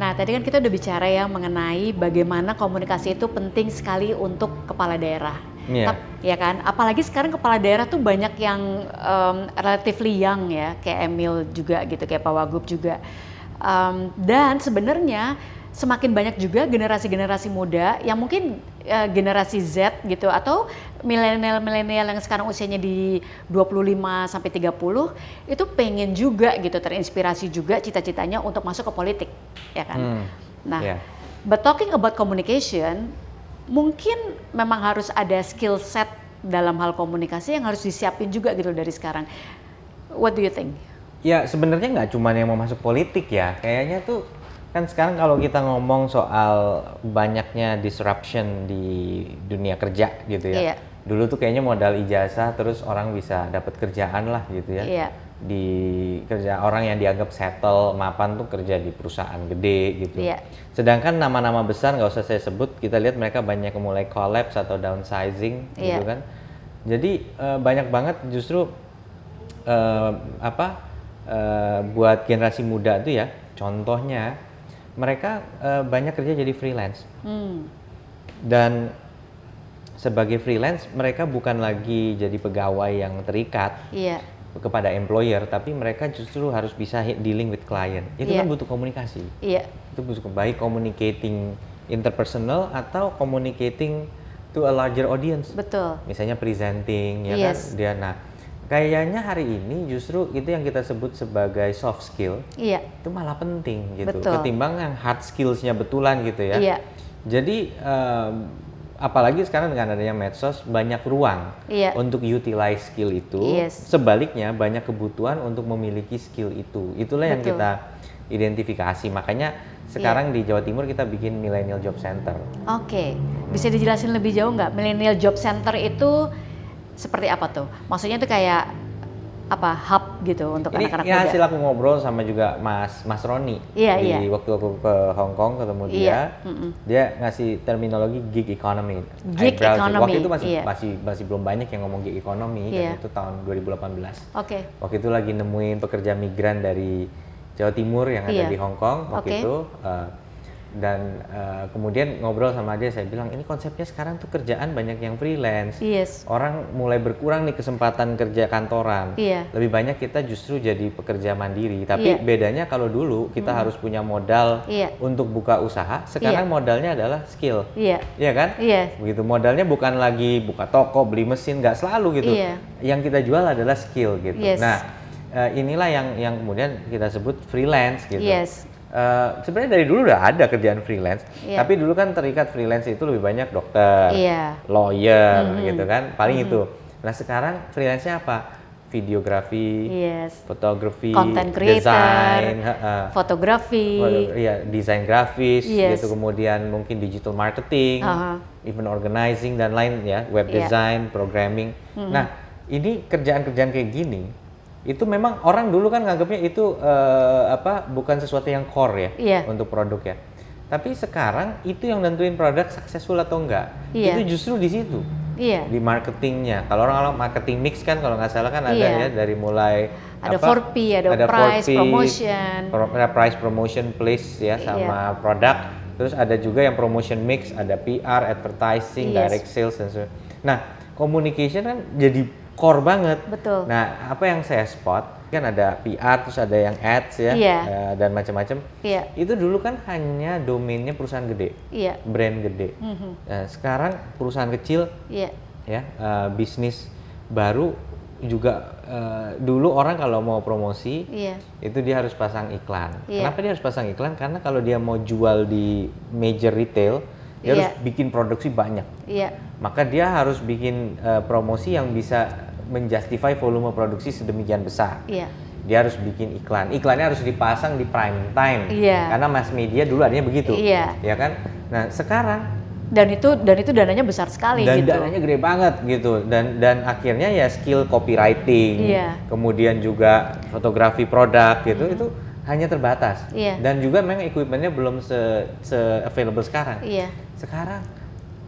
Nah, tadi kan kita udah bicara ya mengenai bagaimana komunikasi itu penting sekali untuk kepala daerah. Iya. Tap- ya kan? Apalagi sekarang kepala daerah tuh banyak yang em, relatively young ya, kayak Emil juga gitu, kayak Pak Wagub juga. Em, dan sebenarnya semakin banyak juga generasi-generasi muda yang mungkin eh, generasi Z gitu atau milenial-milenial yang sekarang usianya di 25 sampai 30 itu pengen juga gitu terinspirasi juga cita-citanya untuk masuk ke politik, ya kan? Hmm. Nah, Iya. but talking about communication, mungkin memang harus ada skill set dalam hal komunikasi yang harus disiapin juga gitu dari sekarang. What do you think? Ya sebenarnya nggak cuma yang mau masuk politik ya. Kayaknya tuh kan sekarang kalau kita ngomong soal banyaknya disruption di dunia kerja gitu ya. Iya. Dulu tuh kayaknya modal ijazah terus orang bisa dapat kerjaan lah gitu ya. Iya. Di kerja orang yang dianggap settle mapan tuh kerja di perusahaan gede gitu. Iya. Sedangkan nama-nama besar nggak usah saya sebut, kita lihat mereka banyak mulai collapse atau downsizing gitu Iya. kan. Jadi eh, banyak banget justru eh, apa eh, buat generasi muda tuh ya. Contohnya mereka eh, banyak kerja jadi freelance Hmm, dan sebagai freelance mereka bukan lagi jadi pegawai yang terikat iya, kepada employer, tapi mereka justru harus bisa he- dealing with client. Itu Iya. kan butuh komunikasi iya, itu cukup baik communicating interpersonal atau communicating to a larger audience betul. misalnya presenting ya Yes. kan dia nah kayaknya hari ini justru itu yang kita sebut sebagai soft skill Iya, itu malah penting gitu Betul. ketimbang yang hard skillsnya betulan gitu ya iya, jadi em, apalagi sekarang dengan adanya medsos banyak ruang iya, untuk utilize skill itu. Yes. Sebaliknya banyak kebutuhan untuk memiliki skill itu. Itulah yang Betul. Iya. kita identifikasi. Makanya sekarang di Jawa Timur kita bikin Millennial Job Center. oke. Bisa dijelasin lebih jauh nggak? Millennial Job Center itu seperti apa tuh? Maksudnya itu kayak apa hub gitu untuk Ini anak-anak ya muda? hasil aku ngobrol sama juga Mas Mas Roni Iya, di iya. waktu aku ke Hong Kong ketemu dia. Iya, mm-mm. Dia ngasih terminologi gig economy. Gig I browse it. economy, Waktu itu masih iya. masih masih belum banyak yang ngomong gig economy Iya. dan itu tahun 2018. Oke, waktu itu lagi nemuin pekerja migran dari Jawa Timur yang Iya. ada di Hong Kong Oke. waktu itu eh, dan eh, kemudian ngobrol sama dia saya bilang ini konsepnya sekarang tuh kerjaan banyak yang freelance yes, orang mulai berkurang nih kesempatan kerja kantoran iya, lebih banyak kita justru jadi pekerja mandiri tapi Iya. Hmm. bedanya kalau dulu kita harus punya modal iya, untuk buka usaha sekarang modalnya adalah skill iya, Iya kan iya, begitu modalnya bukan lagi buka toko beli mesin nggak selalu gitu Iya. yang kita jual adalah skill gitu Yes. nah eh, inilah yang yang kemudian kita sebut freelance gitu yes, Eh, sebenarnya dari dulu udah ada kerjaan freelance Iya. tapi dulu kan terikat freelance itu lebih banyak dokter iya, lawyer Mhm. gitu kan paling itu nah sekarang freelance-nya apa videografi yes. fotografi Iya. Content creator, desain heeh. fotografi. Waduh, Iya, desain grafis Yes. gitu kemudian mungkin digital marketing, Aha. even organizing dan lain ya, Iya. web Mm-hmm. design, programming. Nah, ini kerjaan-kerjaan kayak gini itu memang orang dulu kan nganggapnya itu eh, apa bukan sesuatu yang core ya Iya. untuk produk ya. Tapi sekarang itu yang nentuin produk successful atau enggak. Iya. Itu justru di situ Iya. di marketingnya. Kalau orang-orang marketing mix kan kalau nggak salah kan ada Iya. ya dari mulai Ada apa, 4P, ada price, 4P, promotion. Iya. pro- ada price promotion place ya sama produk. Terus ada juga yang promotion mix, ada PR, advertising, Yes. direct sales dan sebagainya. Nah, communication kan jadi core banget. Betul. Nah, apa yang saya spot kan ada PR, terus ada yang ads ya Iya. eh, dan macam-macam. Iya, Itu dulu kan hanya domainnya perusahaan gede, iya. brand gede. Mhm. Nah, sekarang perusahaan kecil Iya, ya eh, bisnis baru juga eh, dulu orang kalau mau promosi iya. itu dia harus pasang iklan. Iya. Kenapa dia harus pasang iklan? Karena kalau dia mau jual di major retail Iya. dia harus bikin produksi banyak. Iya, Maka dia harus bikin eh, promosi yang bisa menjustify volume produksi sedemikian besar. iya. Dia harus bikin iklan. Iklannya harus dipasang di prime time. Iya. Karena mass media dulu adanya begitu. Iya. Ya kan? Nah, sekarang Dan itu dan itu dananya besar sekali dan gitu. dananya gede banget gitu dan dan akhirnya ya skill copywriting Iya. kemudian juga fotografi produk gitu itu hanya terbatas Iya. dan juga memang equipmentnya belum se, se available sekarang Iya, sekarang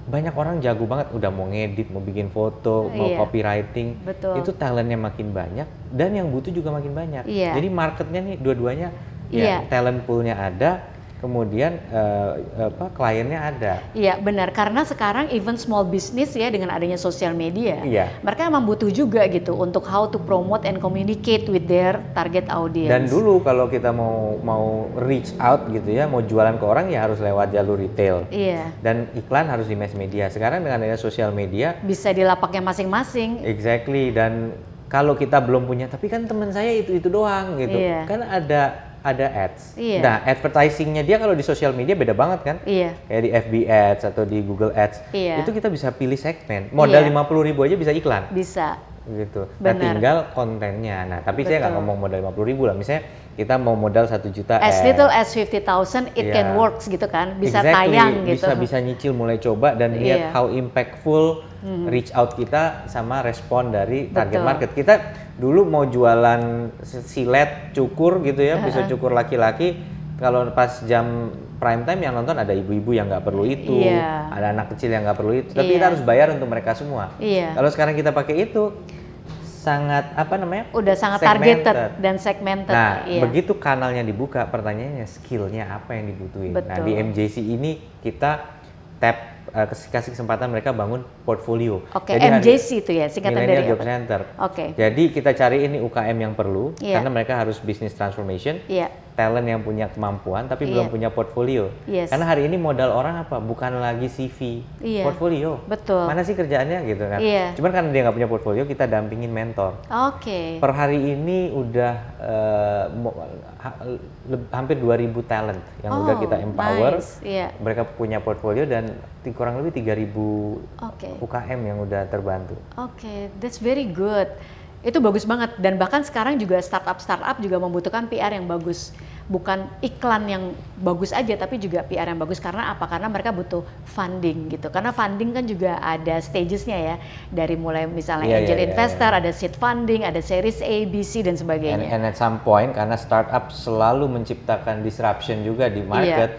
banyak orang jago banget udah mau ngedit mau bikin foto mau Iya. copywriting Betul. itu talentnya makin banyak dan yang butuh juga makin banyak Iya. jadi marketnya nih dua-duanya Iya. ya talent poolnya ada kemudian eh, apa kliennya ada. Iya benar karena sekarang even small business ya dengan adanya sosial media, Iya. mereka emang butuh juga gitu untuk how to promote and communicate with their target audience. Dan dulu kalau kita mau mau reach out gitu ya, mau jualan ke orang ya harus lewat jalur retail. Iya Dan iklan harus di mass media. Sekarang dengan adanya sosial media, bisa di lapaknya Iya. masing-masing. exactly. Dan kalau kita belum punya, tapi kan teman saya itu itu doang gitu. Iya. Kan ada ada ads. Iya. Nah, advertisingnya dia kalau di sosial media beda banget kan? Iya Kayak di FB Ads atau di Google Ads, Iya. itu kita bisa pilih segmen. Modal Iya. 50.000 ribu aja bisa iklan. bisa. gitu. Nah Benar. tinggal kontennya. Nah tapi saya nggak Betul. ngomong modal 50 ribu lah. Misalnya kita mau modal satu juta. As eh, little as 50.000 it can Iya. works gitu kan, bisa exactly, tayang gitu. Bisa bisa nyicil mulai coba Iya. dan lihat how impactful reach out kita sama respon dari target Betul. market. Kita dulu mau jualan silet cukur gitu ya, bisa cukur laki-laki. Kalau pas jam prime time yang nonton ada ibu-ibu yang nggak perlu itu, Iya. ada anak kecil yang nggak perlu itu. Tapi kita Iya. harus bayar untuk mereka semua. Iya. Kalau sekarang kita pakai itu sangat apa namanya? Udah sangat Segmented. targeted dan segmented. Nah, iya. begitu kanalnya dibuka, pertanyaannya skillnya apa yang dibutuhin. Nah, Betul. di MJC ini kita tap eh, kasih- kasih kesempatan mereka bangun portfolio. Oke, Jadi hari- MJC itu ya singkatan Millennial dari Job apa? Center. Oke. Jadi kita cari ini UKM yang perlu Iya. karena mereka harus business transformation, Iya. talent yang punya kemampuan tapi belum Iya. punya portfolio. Yes. Karena hari ini modal orang apa? Bukan lagi CV, Iya. portfolio. Betul. Mana sih kerjaannya gitu kan? Iya. Cuman karena dia nggak punya portfolio, kita dampingin mentor Oke. per hari ini udah eh, mo- ha- le- hampir 2000 talent yang udah Oh, kita empower. nice. Iya. Mereka punya portfolio dan ti- kurang lebih 3000 Oke. UKM yang udah terbantu. Oke, that's very good. Itu bagus banget dan bahkan sekarang juga startup startup juga membutuhkan PR yang bagus. Bukan iklan yang bagus aja tapi juga PR yang bagus karena apa? Karena mereka butuh funding gitu. Karena funding kan juga ada stagesnya ya. Dari mulai misalnya Iya, angel iya, iya, investor, ada seed funding, ada series A, B, C dan And, sebagainya. and at some point karena startup selalu menciptakan disruption juga Iya. di market,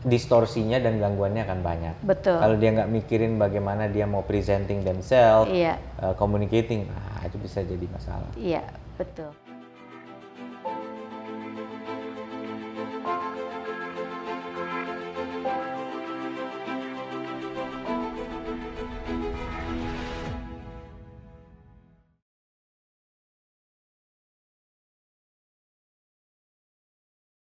distorsinya dan gangguannya akan banyak. Betul. Kalau dia nggak mikirin bagaimana dia mau presenting themselves, Iya, eh, communicating, nah, itu bisa jadi masalah. iya, betul.